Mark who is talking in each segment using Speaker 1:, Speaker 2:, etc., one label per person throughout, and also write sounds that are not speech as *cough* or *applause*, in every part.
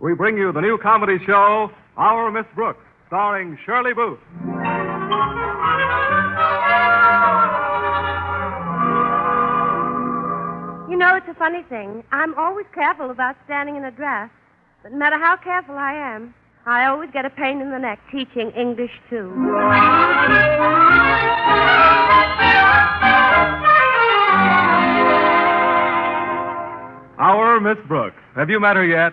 Speaker 1: we bring you the new comedy show, Our Miss Brooks, starring Shirley Booth.
Speaker 2: You know, it's a funny thing. I'm always careful about standing in a dress, but no matter how careful I am, I always get a pain in the neck teaching English, too.
Speaker 1: Our Miss Brooks. Have you met her yet?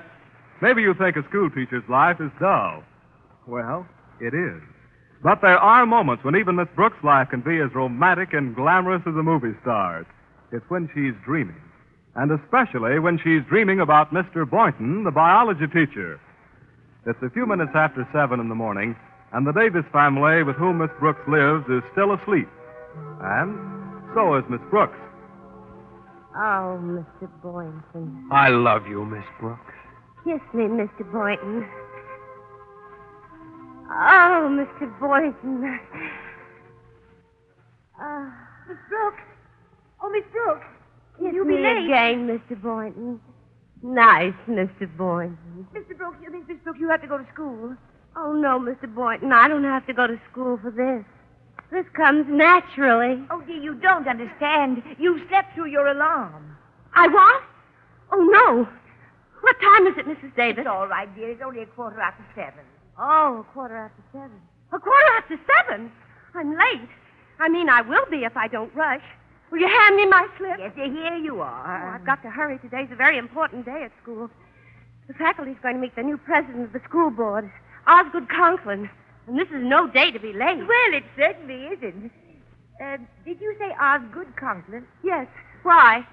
Speaker 1: Maybe you think a schoolteacher's life is dull. Well, it is. But there are moments when even Miss Brooks' life can be as romantic and glamorous as a movie star's. It's when she's dreaming. And especially when she's dreaming about Mr. Boynton, the biology teacher. It's a few minutes after seven in the morning, and the Davis family with whom Miss Brooks lives is still asleep. And so is Miss Brooks.
Speaker 2: Oh, Mr. Boynton.
Speaker 3: I love you, Miss Brooks.
Speaker 2: Kiss me, Mr. Boynton. Oh, Mr. Boynton.
Speaker 4: Ah.
Speaker 2: Uh,
Speaker 5: Miss Brooks. Oh, Miss Brooks.
Speaker 2: kiss
Speaker 5: You'll
Speaker 2: me
Speaker 5: be late.
Speaker 2: again, Mr. Boynton. Nice, Mr. Boynton.
Speaker 5: Mr. Brooks, you mean, Miss Brooks, you have to go to school.
Speaker 2: Oh, no, Mr. Boynton. I don't have to go to school for this. This comes naturally.
Speaker 5: Oh, dear, you don't understand. You slept through your alarm.
Speaker 2: I what? Oh, no. What time is it, Mrs. Davis?
Speaker 5: It's all right, dear. It's only a quarter after seven.
Speaker 2: Oh, a quarter after seven. A quarter after seven? I'm late. I mean, I will be if I don't rush. Will you hand me my slip?
Speaker 5: Yes, dear, here you
Speaker 2: Oh,
Speaker 5: are.
Speaker 2: I've got to hurry. Today's a very important day at school. The faculty's going to meet the new president of the school board, Osgood Conklin. And this is no day to be late.
Speaker 5: Well, it certainly isn't. Uh, did you say Osgood Conklin?
Speaker 2: Yes. Why?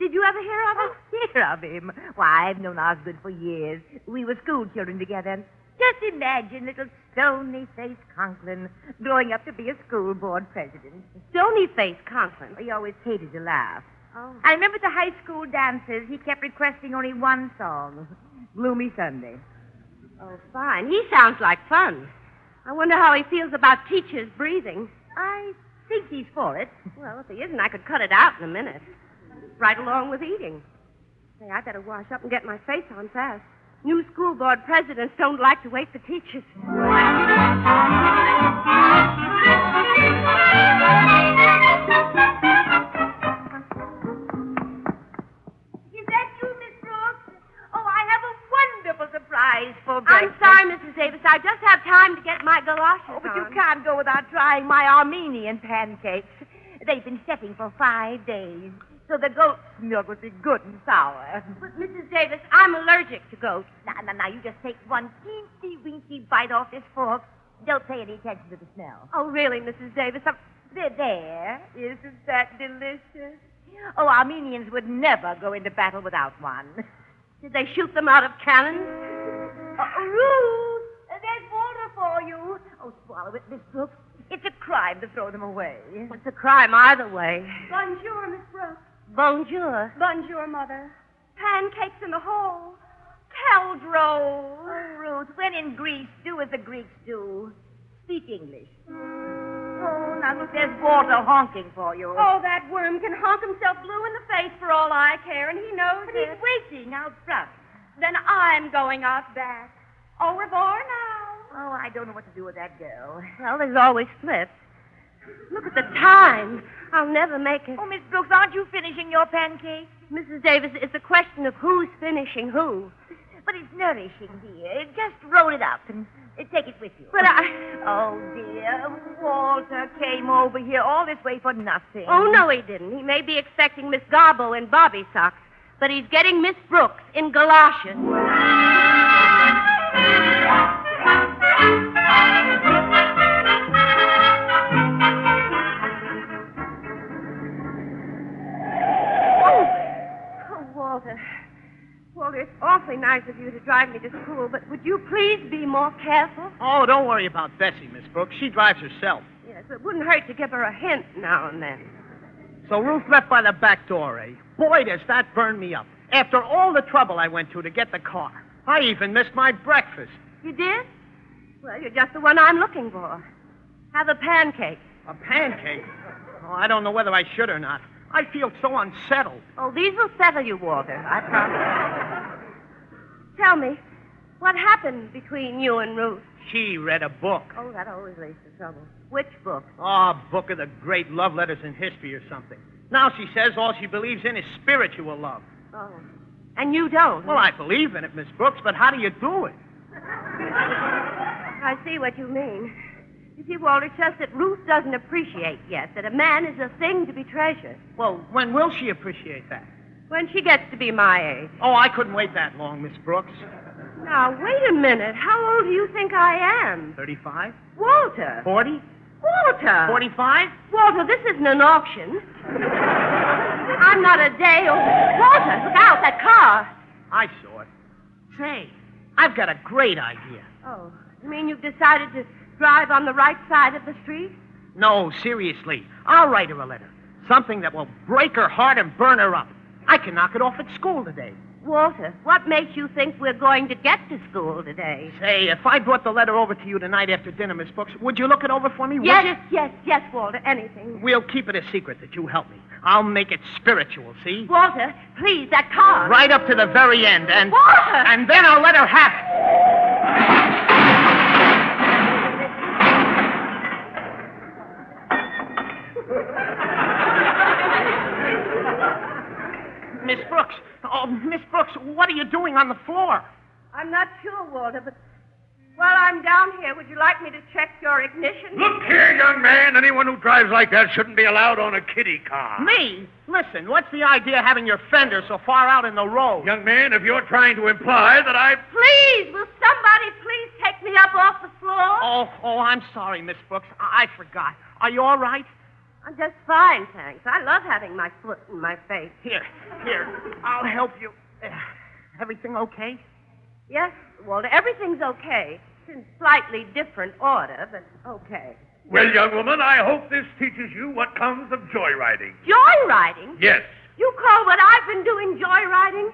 Speaker 2: Did you ever hear of
Speaker 5: Oh,
Speaker 2: him?
Speaker 5: hear of him. Why, I've known Osgood for years. We were school children together. Just imagine little stony faced Conklin growing up to be a school board president.
Speaker 2: Stony Face Conklin.
Speaker 5: He always hated to laugh.
Speaker 2: Oh.
Speaker 5: I remember the high school dances. He kept requesting only one song Gloomy Sunday.
Speaker 2: Oh, fine. He sounds like fun. I wonder how he feels about teachers breathing.
Speaker 5: I think he's for it.
Speaker 2: Well, if he isn't, I could cut it out in a minute. Right along with eating. Say, I better wash up and get my face on fast. New school board presidents don't like to wait for teachers.
Speaker 5: Is that you, Miss Brooks? Oh, I have a wonderful surprise for
Speaker 2: I'm sorry, Mrs. Davis. I just have time to get my galoshes
Speaker 5: Oh, but you
Speaker 2: on.
Speaker 5: can't go without trying my Armenian pancakes. They've been setting for five days, so the goat's milk would be good and sour.
Speaker 2: But, Mrs. Davis, I'm allergic to goats.
Speaker 5: Now, now, now, you just take one teensy weensy bite off this fork. Don't pay any attention to the smell.
Speaker 2: Oh, really, Mrs. Davis? I'm...
Speaker 5: There, there. Isn't that delicious? Oh, Armenians would never go into battle without one. *laughs*
Speaker 2: Did they shoot them out of cannons?
Speaker 5: Uh, Ruth,
Speaker 4: Uh,
Speaker 5: there's water for you. Oh, swallow it, Miss Brooks. It's a crime to throw them away.
Speaker 2: It's a crime either way.
Speaker 5: Bonjour, Miss Brooks.
Speaker 2: Bonjour.
Speaker 5: Bonjour, Mother.
Speaker 2: Pancakes in the hall. Cowed
Speaker 5: Oh,
Speaker 2: rolls.
Speaker 5: Ruth, when in Greece, do as the Greeks do. Speak English. Oh, now, look, there's water honking for you.
Speaker 4: *laughs*
Speaker 2: Oh, that worm can honk himself blue in the face for all I care, and he knows
Speaker 5: but he's
Speaker 2: it.
Speaker 5: waiting out front.
Speaker 2: Then I'm going out back. Au revoir now.
Speaker 5: Oh, I don't know what to do with that girl.
Speaker 2: Well, there's always slips. Look at the time. I'll never make it.
Speaker 5: Oh, Miss Brooks, aren't you finishing your pancake?
Speaker 2: Mrs. Davis, it's a question of who's finishing who.
Speaker 5: But it's nourishing, dear. Just roll it up and uh, take it with you.
Speaker 2: But I.
Speaker 5: Oh, dear. Walter came over here all this way for nothing.
Speaker 2: Oh, no, he didn't. He may be expecting Miss Garbo in Bobby socks, but he's getting Miss Brooks in galoshes. Oh, oh, Walter. Walter, it's awfully nice of you to drive me to school, but would you please be more careful?
Speaker 6: Oh, don't worry about Bessie, Miss Brooks. She drives herself.
Speaker 2: Yes, it wouldn't hurt to give her a hint now and then.
Speaker 6: So Ruth left by the back door, eh? Boy, does that burn me up. After all the trouble I went to to get the car, I even missed my breakfast.
Speaker 2: You did? Well, you're just the one I'm looking for. Have a pancake.
Speaker 6: A pancake? Oh, I don't know whether I should or not. I feel so unsettled.
Speaker 2: Oh, these will settle you, Walter. I promise. Tell me, What happened between you and Ruth?
Speaker 6: She read a book.
Speaker 2: Oh, that always leads to trouble. Which book?
Speaker 6: Oh, a book of the great love letters in history or something. Now she says all she believes in is spiritual love.
Speaker 2: Oh. And you don't.
Speaker 6: Well, I believe in it, Miss Brooks, but how do you do it?
Speaker 2: I see what you mean. You see, Walter, it's just that Ruth doesn't appreciate yet that a man is a thing to be treasured.
Speaker 6: Well, when will she appreciate that?
Speaker 2: When she gets to be my age.
Speaker 6: Oh, I couldn't wait that long, Miss Brooks.
Speaker 2: Now, wait a minute. How old do you think I am?
Speaker 6: 35?
Speaker 2: Walter.
Speaker 6: 40?
Speaker 2: Walter.
Speaker 6: 45?
Speaker 2: Walter, this isn't an auction. I'm not a day old. Walter, look out, that car.
Speaker 6: I saw it. Say, I've got a great idea.
Speaker 2: Oh, you mean you've decided to drive on the right side of the street?
Speaker 6: No, seriously. I'll write her a letter. Something that will break her heart and burn her up. I can knock it off at school today.
Speaker 2: Walter, what makes you think we're going to get to school today?
Speaker 6: Say, if I brought the letter over to you tonight after dinner, Miss Brooks, would you look it over for me? would
Speaker 2: Yes, yes, yes, Walter, anything.
Speaker 6: you? We'll keep it a secret that you helped me. I'll make it spiritual, see?
Speaker 2: Walter, please, that car.
Speaker 6: Right up to the very end, and
Speaker 2: Walter!
Speaker 6: and then I'll let her have it. Miss Brooks, oh, Miss Brooks, what are you doing on the floor?
Speaker 2: I'm not sure, Walter, but while I'm down here, would you like me to check your ignition?
Speaker 7: Look here, young man. Anyone who drives like that shouldn't be allowed on a kiddie car.
Speaker 6: Me? Listen, what's the idea of having your fender so far out in the road?
Speaker 7: Young man, if you're trying to imply that I.
Speaker 2: Please, will somebody please take me up off the floor?
Speaker 6: Oh, oh, I'm sorry, Miss Brooks. I, I forgot. Are you all right?
Speaker 2: I'm just fine, thanks. I love having my foot in my face.
Speaker 6: Here, here, I'll help you. Eh, Everything okay?
Speaker 2: Yes, Walter, everything's okay. It's in slightly different order, but okay.
Speaker 7: Well, young woman, I hope this teaches you what comes of joyriding.
Speaker 2: Joyriding?
Speaker 7: Yes.
Speaker 2: You call what I've been doing joyriding?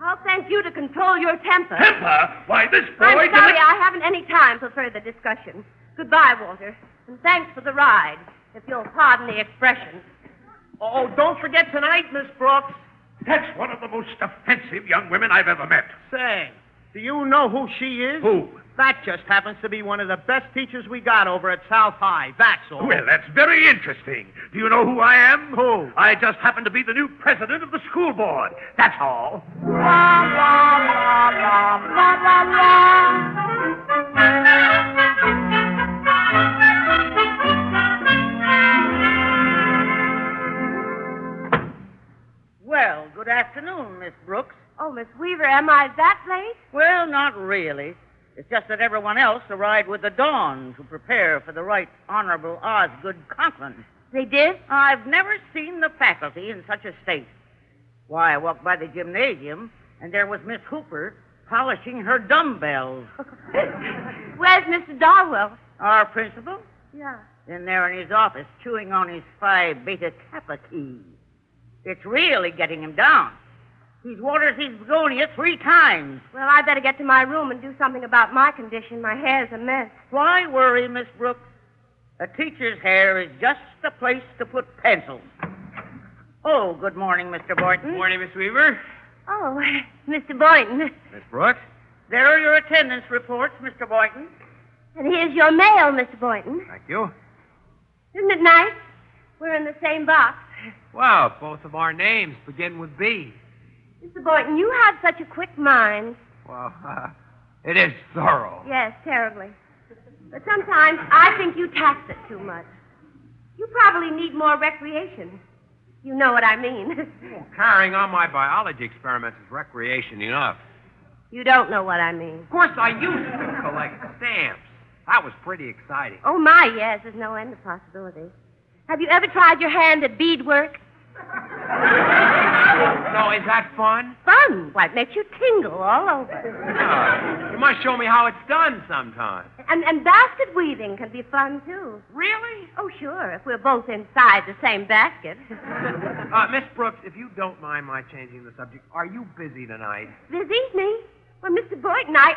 Speaker 2: I'll thank you to control your temper.
Speaker 7: Temper? Why, this boy.
Speaker 2: I'm
Speaker 7: didn't-
Speaker 2: sorry, I haven't any time for further discussion. Goodbye, Walter, and thanks for the ride, if you'll pardon the expression.
Speaker 6: Oh, don't forget tonight, Miss Brooks.
Speaker 7: That's one of the most offensive young women I've ever met.
Speaker 6: Say, do you know who she is?
Speaker 7: Who?
Speaker 6: That just happens to be one of the best teachers we got over at South High. That's
Speaker 2: Oh.
Speaker 6: all.
Speaker 7: Well, that's very interesting. Do you know who I am?
Speaker 6: Who?
Speaker 7: I just happen to be the new president of the school board. That's all.
Speaker 8: Well, good afternoon, Miss Brooks.
Speaker 2: Oh, Miss Weaver, am I that late?
Speaker 8: Well, not really. It's just that everyone else arrived with the dawn to prepare for the Right Honorable Osgood Conklin.
Speaker 2: They did?
Speaker 8: I've never seen the faculty in such a state. Why, I walked by the gymnasium, and there was Miss Hooper polishing her dumbbells.
Speaker 2: Where's Mr. Darwell?
Speaker 8: Our principal?
Speaker 2: Yeah.
Speaker 8: In there in his office, chewing on his Phi Beta Kappa key. It's really getting him down. He's watered his begonia three times.
Speaker 2: Well, I better get to my room and do something about my condition. My hair's a mess.
Speaker 8: Why worry, Miss Brooks? A teacher's hair is just the place to put pencils. Oh, good morning, Mr. Boynton.
Speaker 3: Morning, Miss Weaver.
Speaker 8: *laughs*
Speaker 2: Oh, Mr. Boynton.
Speaker 3: Miss Brooks?
Speaker 8: There are your attendance reports, Mr. Boynton.
Speaker 2: And here's your mail, Mr. Boynton.
Speaker 3: Thank you.
Speaker 2: Isn't it nice? We're in the same box.
Speaker 3: Well, both of our names begin with B.
Speaker 2: Mr. Boynton, you have such a quick mind.
Speaker 3: Well, *laughs* it is thorough.
Speaker 2: Yes, terribly. But sometimes I think you tax it too much. You probably need more recreation. You know what I mean. *laughs*
Speaker 3: Carrying on my biology experiments is recreation enough.
Speaker 2: you don't know what I mean.
Speaker 3: Of course, I used to collect stamps. That was pretty exciting.
Speaker 2: Oh, my, yes, there's no end to possibilities. Have you ever tried your hand at beadwork?
Speaker 3: No, is *laughs* that fun?
Speaker 2: Fun. Why, it makes you tingle all over.
Speaker 3: No. You must show me how it's done sometime.
Speaker 2: And, and basket weaving can be fun, too.
Speaker 3: Really?
Speaker 2: Oh, sure, if we're both inside the same basket. *laughs*
Speaker 3: Uh, Miss Brooks, if you don't mind my changing the subject, are you busy tonight?
Speaker 2: Busy, me? Well, Mr. Boynton, I,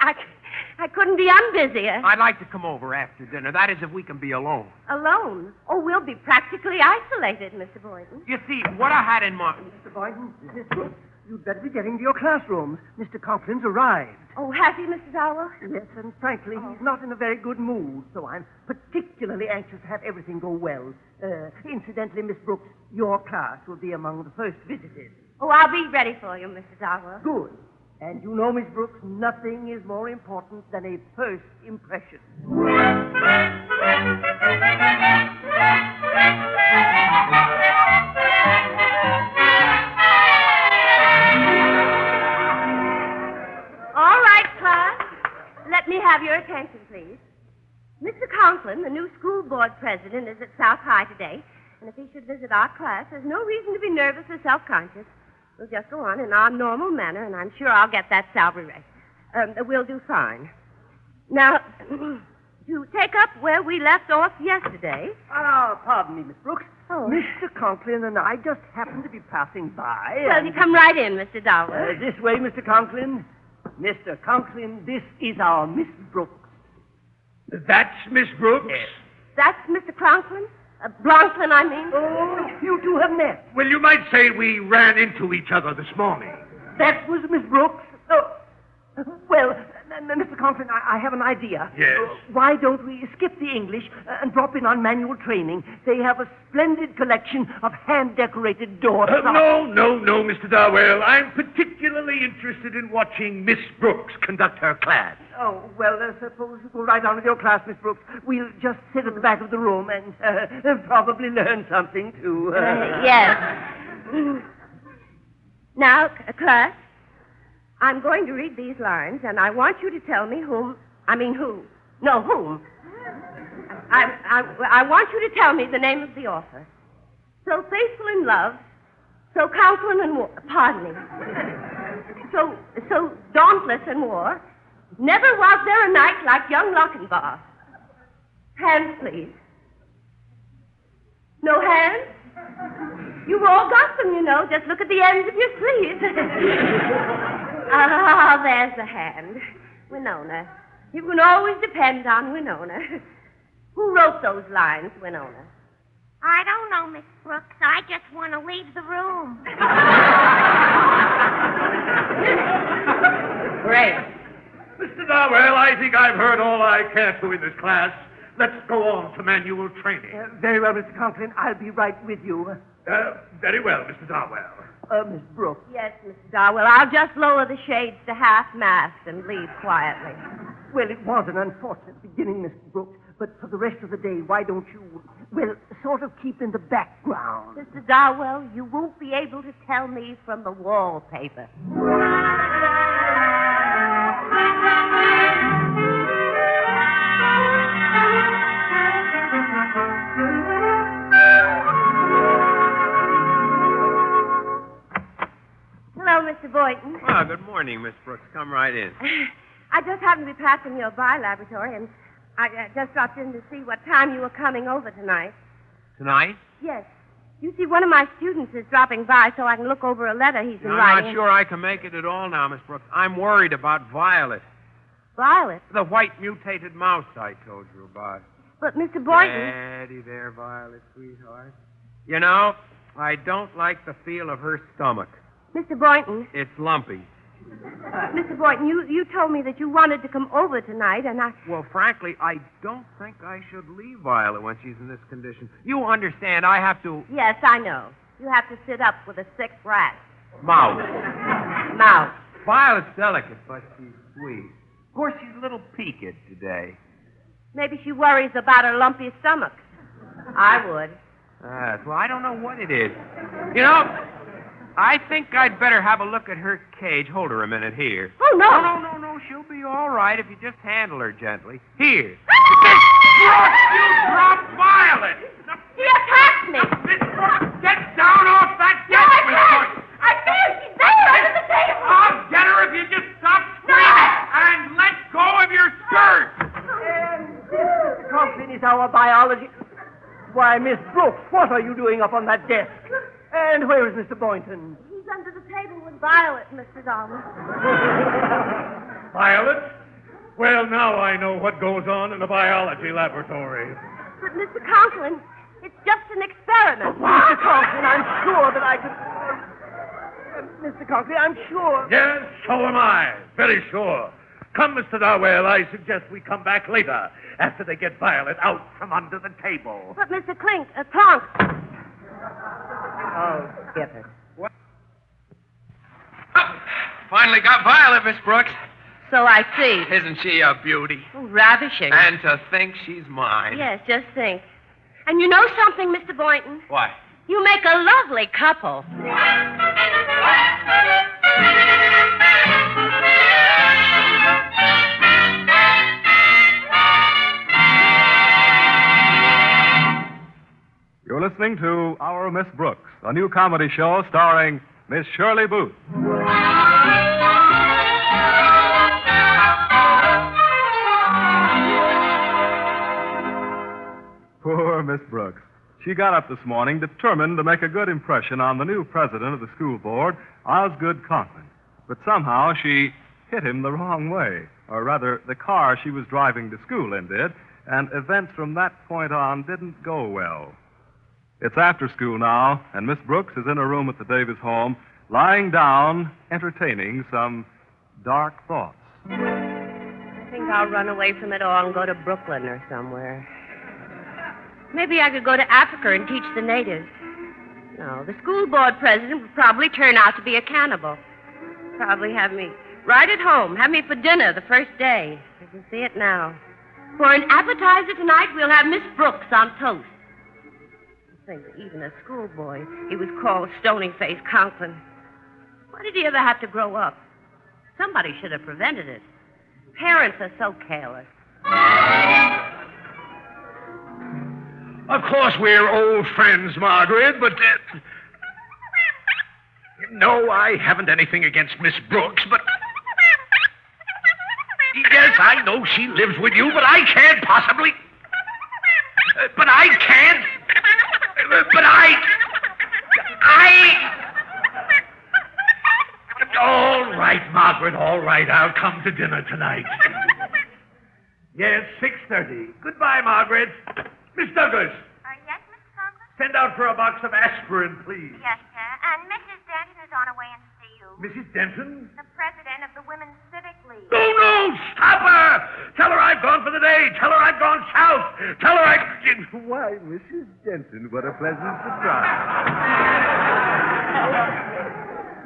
Speaker 2: I, I couldn't be unbusier.
Speaker 3: I'd like to come over after dinner. That is, if we can be alone.
Speaker 2: Alone? Oh, we'll be practically isolated, Mr. Boynton.
Speaker 3: You see, what I had in mind. Mr. Boynton? You'd better be getting to your classrooms. Mr. Conklin's arrived.
Speaker 2: Oh, has he, Mrs. Owl?
Speaker 3: Yes, and frankly,
Speaker 5: Oh.
Speaker 3: he's not in a very good mood, so I'm particularly anxious to have everything go well. Uh, incidentally, Miss Brooks, your class will be among the first visited.
Speaker 2: Oh, I'll be ready for you, Mrs. Owl.
Speaker 3: Good. And you know, Miss Brooks, nothing is more important than a first impression.
Speaker 2: All right, class. Let me have your attention, please. Mr. Conklin, the new school board president, is at South High today, and if he should visit our class, there's no reason to be nervous or self-conscious. We'll just go on in our normal manner, and I'm sure I'll get that salary raise. Um, we'll do fine. Now, *clears throat* to take up where we left off yesterday.
Speaker 3: Ah, pardon me, Miss Brooks.
Speaker 2: Oh.
Speaker 3: Mr. Conklin and I just happened to be passing by.
Speaker 2: Well,
Speaker 3: and-
Speaker 2: you come right in, Mr.
Speaker 3: Uh,
Speaker 2: Dollar.
Speaker 3: this way, Mr. Conklin. Mr. Conklin, this is our Miss Brooks.
Speaker 7: That's Miss Brooks?
Speaker 2: That's Mr. Conklin? Uh, Bronklin, I mean.
Speaker 3: Oh, you two have met.
Speaker 7: Well, you might say we ran into each other this morning.
Speaker 3: That was Miss Brooks. Oh, well, n- n- Mr. Conklin, I, I have an idea.
Speaker 7: Yes.
Speaker 3: Uh, why don't we skip the English uh, and drop in on manual training? They have a splendid collection of hand-decorated door
Speaker 7: Uh,
Speaker 3: stops.
Speaker 7: no, no, no, Mr. Darwell. I'm particularly interested in watching Miss Brooks conduct her class.
Speaker 3: Oh, well, uh, suppose you go right on with your class, Miss Brooks. We'll just sit at the back of the room and *laughs* uh, probably learn something, too. *laughs* Uh,
Speaker 2: yes. now, c- class, I'm going to read these lines, and I want you to tell me whom. I mean, who? No, whom. I, I, I want you to tell me the name of the author. So faithful in love, so counseling and war. Pardon me. So, so dauntless in war. Never was there a knight like young Lochinvar. Hands, please. No hands? You've all got them, you know. Just look at the ends of your
Speaker 3: *laughs*
Speaker 2: sleeves. ah, there's the hand. Winona. You can always depend on Winona. Who wrote those lines, Winona?
Speaker 9: I don't know, Miss Brooks. I just want to leave the room.
Speaker 8: Great.
Speaker 7: Mr. Darwell, I think I've heard all I care to in this class. Let's go on to manual training.
Speaker 3: uh, very well, Mr. Conklin. I'll be right with you.
Speaker 7: Uh, very well, Mr. Darwell.
Speaker 3: Uh, Miss Brooks.
Speaker 2: Yes, Mr. Darwell. I'll just lower the shades to half mast and leave quietly.
Speaker 3: Well, it was an unfortunate beginning, Miss Brooks, but for the rest of the day, why don't you, well, sort of keep in the background?
Speaker 2: Mr. Darwell, you won't be able to tell me from the wallpaper. Hello, Mr. Boynton.
Speaker 10: Ah, good morning, Miss Brooks. Come right in.
Speaker 2: I just happened to be passing your by laboratory, and I uh, just dropped in to see what time you were coming over tonight.
Speaker 10: Tonight?
Speaker 2: Yes. You see, one of my students is dropping by so I can look over a letter he's been
Speaker 10: I'm
Speaker 2: writing.
Speaker 10: not sure I can make it at all now, Miss Brooks. I'm worried about Violet.
Speaker 2: Violet.
Speaker 10: The white mutated mouse I told you about.
Speaker 2: But, Mr. Boynton.
Speaker 10: Daddy there, Violet, sweetheart. You know, I don't like the feel of her stomach.
Speaker 2: Mr. Boynton.
Speaker 10: It's lumpy.
Speaker 2: Mr. Boynton, you, you told me that you wanted to come over tonight, and I.
Speaker 10: Well, frankly, I don't think I should leave Violet when she's in this condition. You understand, I have to.
Speaker 2: Yes, I know. You have to sit up with a sick rat.
Speaker 10: Mouse.
Speaker 2: Now,
Speaker 10: Violet's delicate, but she's sweet. Of course, she's a little peaked today.
Speaker 2: maybe she worries about her lumpy stomach. I would.
Speaker 10: Uh, well, I don't know what it is. You know, I think I'd better have a look at her cage. Hold her a minute here.
Speaker 2: Oh, no.
Speaker 10: No, no, no, no. She'll be all right if you just handle her gently. Here.
Speaker 7: You dropped Violet!
Speaker 2: She attacked me.
Speaker 7: Miss Brooks, get down off that desk, Miss Brooks!
Speaker 2: I can't. She's there under the table.
Speaker 7: I'll get her if you just stop screaming and let go of your skirt!
Speaker 3: And this, Mr. Conklin, is our biology. Why, Miss Brooks, what are you doing up on that desk? And where is Mr. Boynton?
Speaker 2: He's under the table with Violet, Mr. Darwell.
Speaker 7: Violet? Well, now I know what goes on in the biology laboratory.
Speaker 2: But, Mr. Conklin, it's just an experiment.
Speaker 3: Mr. Conklin, I'm sure that I could. Mr. Conklin, I'm sure.
Speaker 7: Yes, so am I. Very sure. Come, Mr. Darwell, I suggest we come back later, after they get Violet out from under the table.
Speaker 2: But, Mr. Clink, uh, Clonk.
Speaker 3: Oh, get it.
Speaker 10: Oh, Finally got Violet, Miss Brooks.
Speaker 11: So I see.
Speaker 10: Isn't she a beauty?
Speaker 2: Oh,
Speaker 11: Ravishing.
Speaker 10: And to think she's mine.
Speaker 11: Yes,
Speaker 2: just think. And you know something, Mr. Boynton?
Speaker 10: Why?
Speaker 2: You make a lovely couple.
Speaker 1: You're listening to Our Miss Brooks, a new comedy show starring Miss Shirley Booth. Poor Miss Brooks. She got up this morning determined to make a good impression on the new president of the school board, Osgood Conklin. But somehow she hit him the wrong way, or rather, the car she was driving to school in did, and events from that point on didn't go well. It's after school now, and Miss Brooks is in her room at the Davis home, lying down, entertaining some dark thoughts.
Speaker 2: I think I'll run away from it all and go to Brooklyn or somewhere. Maybe I could go to Africa and teach the natives. No, the school board president would probably turn out to be a cannibal. Probably have me right at home, have me for dinner the first day. I can see it now. For an appetizer tonight, we'll have Miss Brooks on toast. I think that even a schoolboy, he was called Stony Face Conklin. Why did he ever have to grow up? Somebody should have prevented it. Parents are so careless.
Speaker 7: Of course, we're old friends, Margaret, but. Uh, no, I haven't anything against Miss Brooks, but. Yes, I know she lives with you, but I can't possibly. Uh, But I can't. Uh, But I. I. All right, Margaret, all right. I'll come to dinner tonight. Yes, 6.30. Goodbye, Margaret. Miss Douglas,
Speaker 9: Uh, yes, Mr. Conklin?
Speaker 7: send out for a box of aspirin, please.
Speaker 9: Yes, sir. And Mrs. Denton is on her way in to see you.
Speaker 7: Mrs. Denton?
Speaker 9: The president of the Women's Civic League.
Speaker 7: Oh, No, no, stop her! Tell her I've gone for the day. Tell her I've gone south. Tell her I...
Speaker 12: Why, Mrs. Denton, what a pleasant surprise.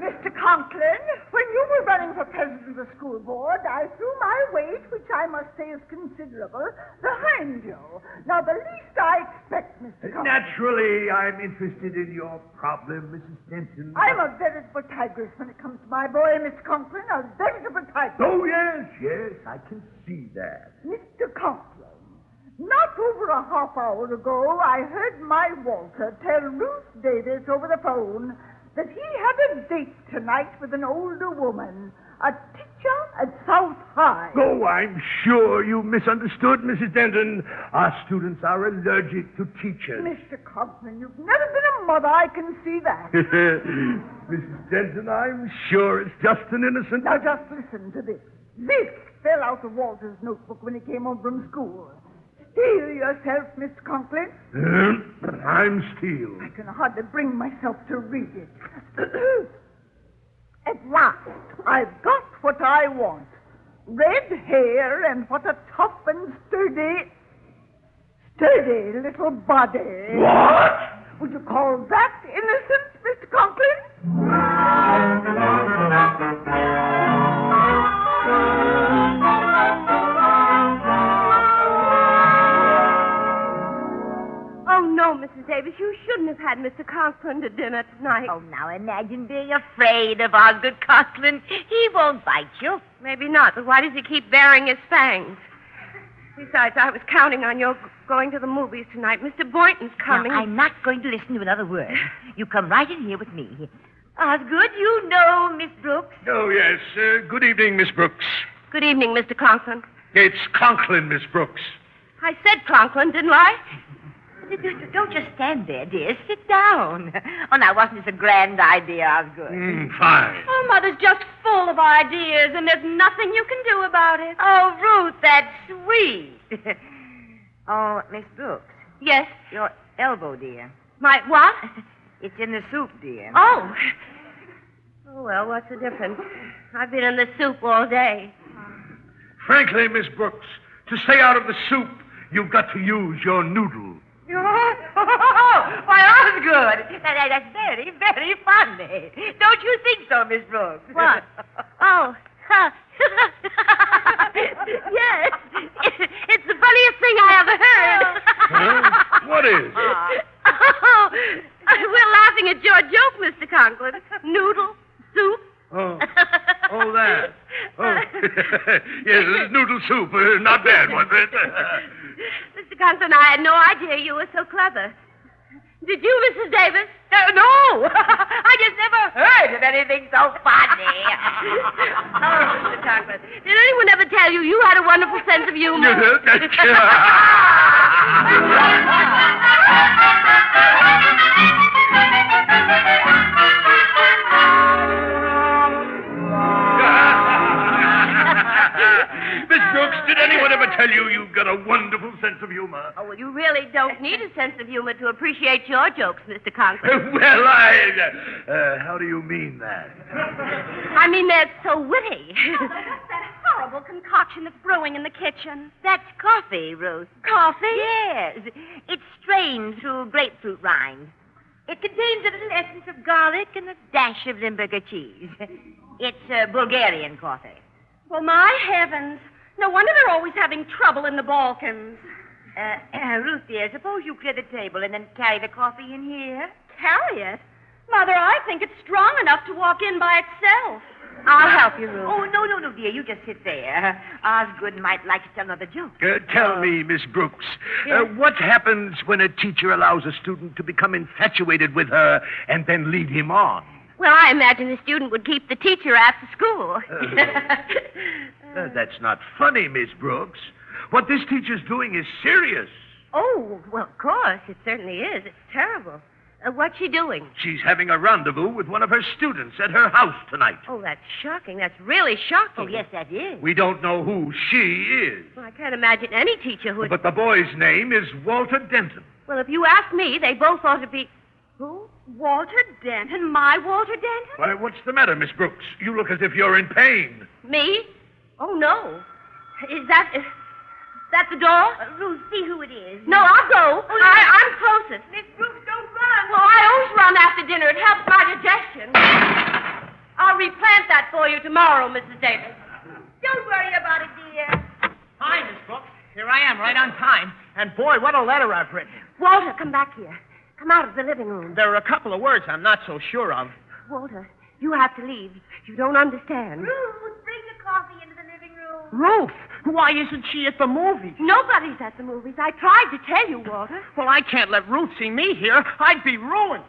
Speaker 4: Mr. Conklin, when you were running for president of the school board, I threw my weight, which I must say is considerable, behind you. Now, the least I expect, Mr. Conklin.
Speaker 12: Naturally, I'm interested in your problem, Mrs. Denton.
Speaker 4: I'm a veritable tigress when it comes to my boy, Mr. Conklin, a veritable tigress.
Speaker 12: Oh, yes, yes, I can see that.
Speaker 4: Mr. Conklin, not over a half hour ago, I heard my Walter tell Ruth Davis over the phone that he had a date tonight with an older woman, a teacher at South High.
Speaker 12: Oh, I'm sure you misunderstood, Mrs. Denton. Our students are allergic to teachers.
Speaker 4: Mr. Conklin, you've never been a mother, I can see
Speaker 12: *laughs*
Speaker 4: that.
Speaker 12: Mrs. Denton, I'm sure it's just an innocent.
Speaker 4: Now, just listen to this. This fell out of Walter's notebook when he came home from school. Steal yourself, Mr. Conklin.
Speaker 12: Um, I'm Steele.
Speaker 4: I can hardly bring myself to read it. *clears throat* At last, I've got what I want. Red hair and what a tough and sturdy, sturdy little body.
Speaker 12: What?
Speaker 4: Would you call that innocent, Mr. Conklin?
Speaker 2: Oh, no, Mrs. Davis, you shouldn't have had Mr. Conklin to dinner tonight.
Speaker 5: Oh, now imagine being afraid of Osgood Conklin. He won't bite you.
Speaker 2: Maybe not, but why does he keep baring his fangs? Besides, I was counting on your g- going to the movies tonight. Mr. Boynton's coming.
Speaker 5: Now, I'm not going to listen to another
Speaker 2: *laughs*
Speaker 5: word. You come right in here with me. Osgood, you know Miss Brooks.
Speaker 7: Oh, yes. Uh, good evening, Miss Brooks.
Speaker 2: Good evening, Mr. Conklin.
Speaker 7: It's Conklin, Miss Brooks.
Speaker 2: I said Conklin, didn't I?
Speaker 5: *laughs* Don't just stand there, dear. Sit down. *laughs* Oh, now, wasn't this a grand idea, Osgood?
Speaker 7: Mm, fine.
Speaker 13: Oh, Mother's just full of ideas, and there's nothing you can do about it.
Speaker 5: Oh, Ruth, that's sweet. *laughs* oh, Miss Brooks.
Speaker 2: Yes?
Speaker 5: Your elbow, dear. *laughs*
Speaker 2: My what?
Speaker 5: It's in the soup, dear.
Speaker 2: Oh. Oh, well, what's the difference? I've been in the soup all day.
Speaker 7: Frankly, Miss Brooks, to stay out of the soup, you've got to use your noodle.
Speaker 9: *laughs*
Speaker 14: Why, Osgood, that, that- that's very, very funny. Don't you think so, Miss Brooks?
Speaker 9: *laughs*
Speaker 2: What? Oh, huh. *laughs*
Speaker 9: yes. *laughs* It's the funniest thing I ever heard.
Speaker 7: Huh? What is?
Speaker 9: *laughs* oh, we're laughing at your joke, Mr. Conklin. Noodle, soup.
Speaker 7: Oh, oh that. Oh. *laughs*
Speaker 9: *laughs*
Speaker 7: yes, it's noodle soup. Uh, not bad, was it? *laughs*
Speaker 9: Mr. Conklin, I had no idea you were so clever. Did you, Mrs. Davis?
Speaker 14: Uh, *laughs*
Speaker 9: no. I just never
Speaker 14: heard of anything so funny.
Speaker 9: oh, Mr. Conklin, *laughs* did anyone ever tell you you had a wonderful sense of humor? *laughs*
Speaker 7: Miss Brooks, did anyone ever tell you you've got a wonderful sense of humor? *laughs*
Speaker 9: Oh, well, you really don't need a sense of humor to appreciate your jokes, Mr. Conklin.
Speaker 7: *laughs* well, I. Uh, how do you mean that?
Speaker 12: *laughs*
Speaker 9: I mean, they're so witty. *laughs*
Speaker 15: What's that horrible concoction that's brewing in the kitchen?
Speaker 4: That's coffee, Ruth.
Speaker 15: Coffee?
Speaker 4: Yes. It's strained through grapefruit rind. It contains a little essence of garlic and a dash of Limburger cheese. *laughs* It's uh, Bulgarian coffee.
Speaker 15: Well, my heavens. No wonder they're always having trouble in the Balkans.
Speaker 4: Uh, Ruth, dear, suppose you clear the table and then carry the coffee in here.
Speaker 15: Carry it? Mother, I think it's strong enough to walk in by itself.
Speaker 4: I'll help you, Ruth. Oh, no, no, no, dear. You just sit there. Osgood might like to tell another joke.
Speaker 7: Uh, tell me, Miss Brooks, uh,
Speaker 4: Yes.
Speaker 7: what happens when a teacher allows a student to become infatuated with her and then lead him on?
Speaker 9: well, I imagine the student would keep the teacher after school.
Speaker 7: Uh, that's not funny, Miss Brooks. What this teacher's doing is serious.
Speaker 2: *laughs* Oh, well, of course. It certainly is. It's terrible. Uh, what's she doing?
Speaker 7: She's having a rendezvous with one of her students at her house tonight.
Speaker 2: Oh, that's shocking. That's really shocking. Oh, yes,
Speaker 4: that is.
Speaker 7: We don't know who she is,
Speaker 2: Well, I can't imagine any teacher who would.
Speaker 7: but the boy's name is Walter Denton.
Speaker 2: Well, if you ask me, they both ought to be.
Speaker 15: Who? Walter Denton? My Walter Denton?
Speaker 7: Why, what's the matter, Miss Brooks? You look as if you're in pain.
Speaker 2: Me? Oh, no. Is that. Is that the door?
Speaker 9: Ruth, see who it is.
Speaker 2: No, I'll go.
Speaker 9: Oh, no.
Speaker 2: I, I'm closest.
Speaker 9: Miss Brooks, don't run.
Speaker 2: Well, I always run after dinner. It helps my digestion. I'll replant that for you tomorrow, Mrs. Davis.
Speaker 9: Don't worry about it, dear.
Speaker 6: Hi, Miss Brooks. Here I am, right on time. And boy, what a letter I've written.
Speaker 2: Walter, come back here. Come out of the living room.
Speaker 6: There are a couple of words I'm not so sure of.
Speaker 2: Walter, you have to leave. You don't understand.
Speaker 9: Ruth, bring the coffee into the living room.
Speaker 6: Ruth, why isn't she at the movies?
Speaker 2: Nobody's at the movies. I tried to tell you, Walter.
Speaker 6: Well, I can't let Ruth see me here. I'd be ruined.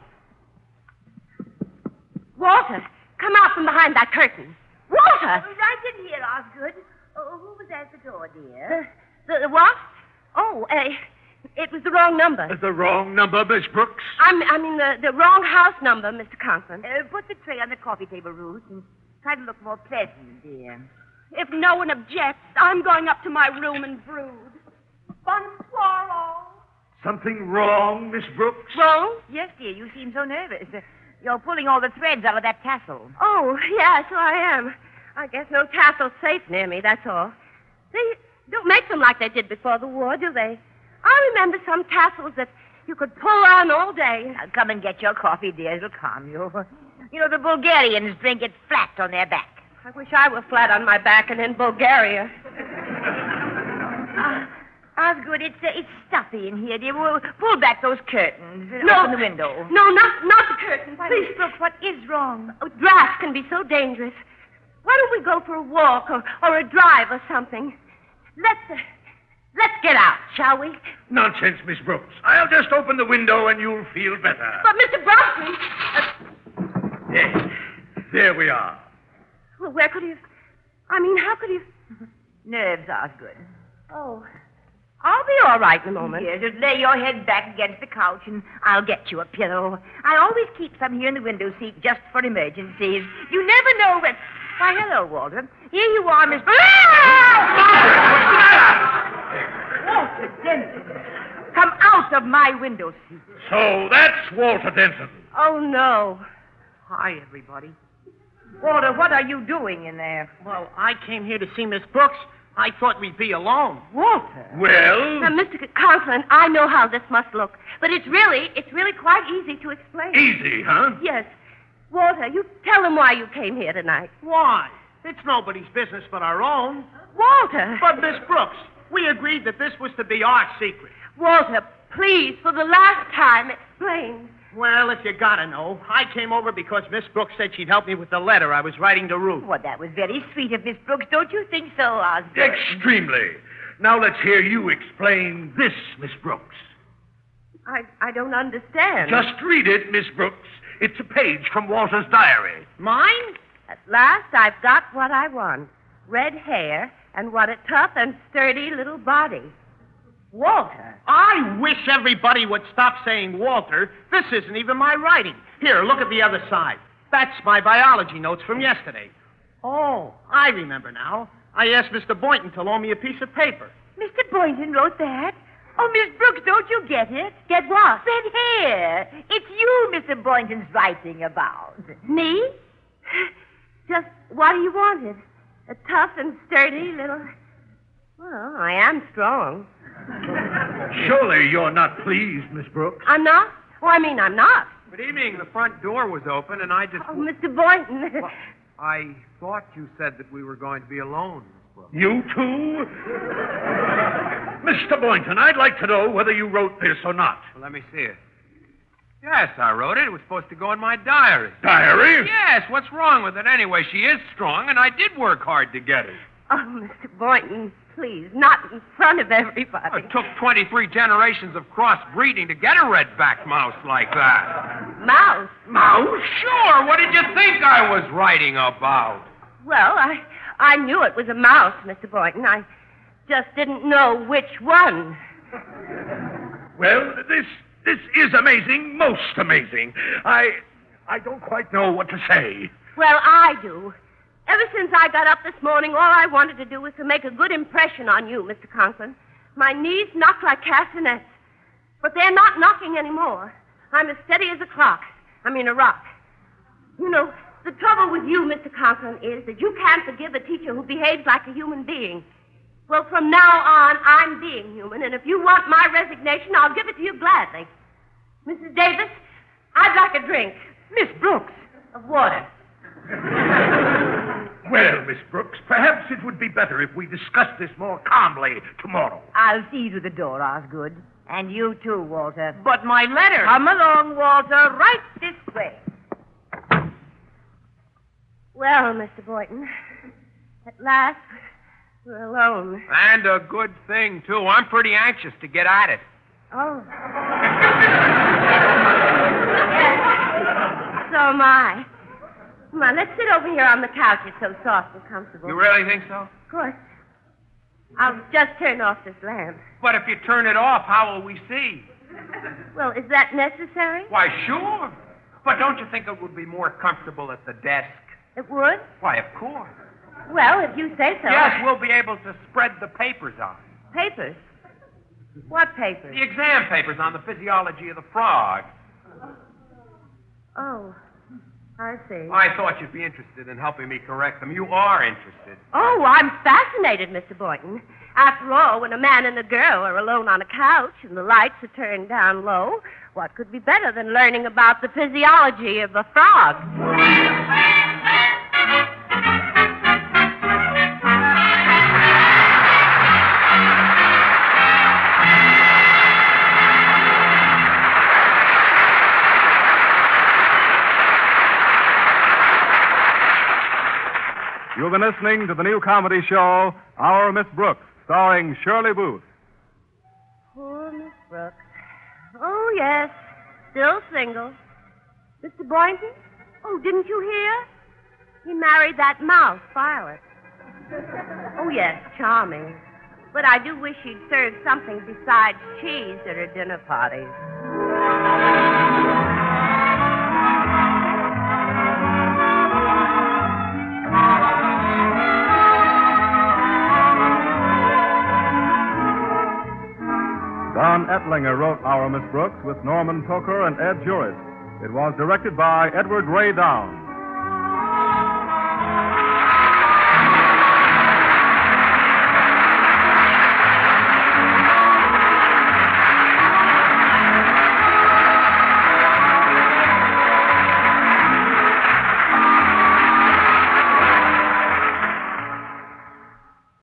Speaker 2: Walter, come out from behind that curtain.
Speaker 4: Oh,
Speaker 2: Walter!
Speaker 9: Oh, I didn't hear Osgood. Oh, who was at the door, dear?
Speaker 2: The, the what? Oh, uh, it was the wrong number.
Speaker 7: The wrong number, Miss Brooks.
Speaker 2: I'm, I mean, the, the wrong house number, Mr. Conklin.
Speaker 4: Uh, put the tray on the coffee table, Ruth, and try to look more pleasant, dear.
Speaker 15: If no one objects, I'm going up to my room and brood. Bonsoir, all.
Speaker 7: Something wrong, Miss Brooks?
Speaker 2: Wrong?
Speaker 4: Yes, dear. You seem so nervous. You're pulling all the threads out of that tassel.
Speaker 2: Oh, yes, I am. I guess no tassel's safe near me, that's all. They don't make them like they did before the war, do they? I remember some tassels that you could pull on all day.
Speaker 4: Now, come and get your coffee, dear. It'll calm you. You know, the Bulgarians drink it flat on their back.
Speaker 2: I wish I were flat on my back and in Bulgaria.
Speaker 4: Ah, Osgood, it's, uh, it's stuffy in here, dear. Well, pull back those curtains. and
Speaker 2: No.
Speaker 4: Open the window.
Speaker 2: No, not, not the curtain. Why
Speaker 4: Please, Brooks, what is wrong?
Speaker 2: Oh, drafts can be so dangerous. Why don't we go for a walk or, or a drive or something? Let's, uh, let's get out, shall we?
Speaker 7: Nonsense, Miss Brooks. I'll just open the window and you'll feel better.
Speaker 2: But, uh, Mr. Brockman,
Speaker 7: Yes. There we are.
Speaker 2: well, where could he have... I mean, how could he have...
Speaker 4: Nerves, Osgood.
Speaker 2: Oh, I'll be all right in a moment.
Speaker 4: Here, just lay your head back against the couch and I'll get you a pillow. I always keep some here in the window seat just for emergencies. You never know when. Why, hello, Walter. Here you are, Miss.
Speaker 6: *laughs*
Speaker 4: Walter Denton, come out of my window seat.
Speaker 7: So that's Walter Denton.
Speaker 2: Oh, no.
Speaker 6: Hi, everybody.
Speaker 16: Walter, what are you doing in there?
Speaker 6: Well, I came here to see Miss Brooks. I thought we'd be alone. Walter.
Speaker 7: Well?
Speaker 2: Now, Mr. Conklin, I know how this must look, but it's really, it's really quite easy to explain.
Speaker 7: Easy, huh?
Speaker 2: Yes. Walter, you tell him why you came here tonight.
Speaker 6: Why? It's nobody's business but our own.
Speaker 2: Walter.
Speaker 6: But, Miss Brooks, we agreed that this was to be our secret.
Speaker 2: Walter, please, for the last time, explain.
Speaker 6: Well, if you gotta know, I came over because Miss Brooks said she'd help me with the letter I was writing to Ruth.
Speaker 4: Well, that was very sweet of Miss Brooks. Don't you think so, Osborne?
Speaker 7: Extremely. Now let's hear you explain this, Miss Brooks.
Speaker 2: I, I don't understand.
Speaker 7: Just read it, Miss Brooks. It's a page from Walter's diary.
Speaker 6: Mine?
Speaker 2: At last, I've got what I want red hair and what a tough and sturdy little body. Walter.
Speaker 6: I wish everybody would stop saying Walter. This isn't even my writing. Here, look at the other side. That's my biology notes from yesterday. Oh, I remember now. I asked Mr. Boynton to loan me a piece of paper.
Speaker 4: Mr. Boynton wrote that. Oh, Miss Brooks, don't you get it? Get what? Red hair. It's you Mr. Boynton's writing about.
Speaker 2: Me? Just what you wanted. A tough and sturdy little. Well, I am strong.
Speaker 7: Surely you're not pleased, Miss Brooks.
Speaker 2: I'm not? Oh, I mean, I'm not.
Speaker 10: Good evening. The front door was open, and I just.
Speaker 2: Oh, Mr. Boynton.
Speaker 10: I thought you said that we were going to be alone.
Speaker 7: You too? Mr. Boynton, I'd like to know whether you wrote this or not.
Speaker 10: Well, let me see it. Yes, I wrote it. It was supposed to go in my diary.
Speaker 7: Diary?
Speaker 10: Yes. What's wrong with it anyway? She is strong, and I did work hard to get it.
Speaker 2: Oh, Mr. Boynton, please, not in front of everybody.
Speaker 10: It took 23 generations of crossbreeding to get a red-backed mouse like that.
Speaker 2: Mouse.
Speaker 10: Mouse? Sure. What did you think I was writing about?
Speaker 2: Well, I, I knew it was a mouse, Mr. Boynton. I just didn't know which one.
Speaker 7: Well, this this is amazing, most amazing. I I don't quite know what to say.
Speaker 2: Well, I do. Ever since I got up this morning, all I wanted to do was to make a good impression on you, Mr. Conklin. My knees knocked like castanets. But they're not knocking anymore. I'm as steady as a clock. I mean, a rock. You know, the trouble with you, Mr. Conklin, is that you can't forgive a teacher who behaves like a human being. Well, from now on, I'm being human, and if you want my resignation, I'll give it to you gladly. Mrs. Davis, I'd like a drink. Miss Brooks. Of water.
Speaker 7: Well, Miss Brooks, perhaps it would be better if we discussed this more calmly tomorrow.
Speaker 4: I'll see you to the door, Osgood. And you too, Walter.
Speaker 6: But my letter.
Speaker 4: Come along, Walter, right this way.
Speaker 2: Well, Mr. Boynton, at last we're alone.
Speaker 10: And a good thing, too. I'm pretty anxious to get at it.
Speaker 2: Oh. *laughs* so am I. Come on, let's sit over here on the couch. It's so soft and comfortable.
Speaker 10: You really think so?
Speaker 2: Of course. I'll just turn off this lamp.
Speaker 10: But if you turn it off, how will we see?
Speaker 2: Well, is that necessary?
Speaker 10: Why, sure. But don't you think it would be more comfortable at the desk?
Speaker 2: It would?
Speaker 10: Why, of course.
Speaker 2: Well, if you say so.
Speaker 10: Yes, we'll be able to spread the papers out.
Speaker 2: Papers? What papers?
Speaker 10: The exam papers on the physiology of the frog.
Speaker 2: Oh, I see.
Speaker 10: I thought you'd be interested in helping me correct them. You are interested.
Speaker 2: Oh, I'm fascinated, Mr. Boynton. After all, when a man and a girl are alone on a couch and the lights are turned down low, what could be better than learning about the physiology of a frog?
Speaker 1: You've been listening to the new comedy show, Our Miss Brooks, starring Shirley Booth.
Speaker 2: Poor Miss Brooks. Oh, yes, still single. Mr. Boynton? Oh, didn't you hear? He married that mouse, Violet. Oh, yes, charming. But I do wish he'd served something besides cheese at her dinner parties.
Speaker 1: Don Ettlinger wrote Our Miss Brooks with Norman Coker and Ed Juris. It was directed by Edward Ray Downs.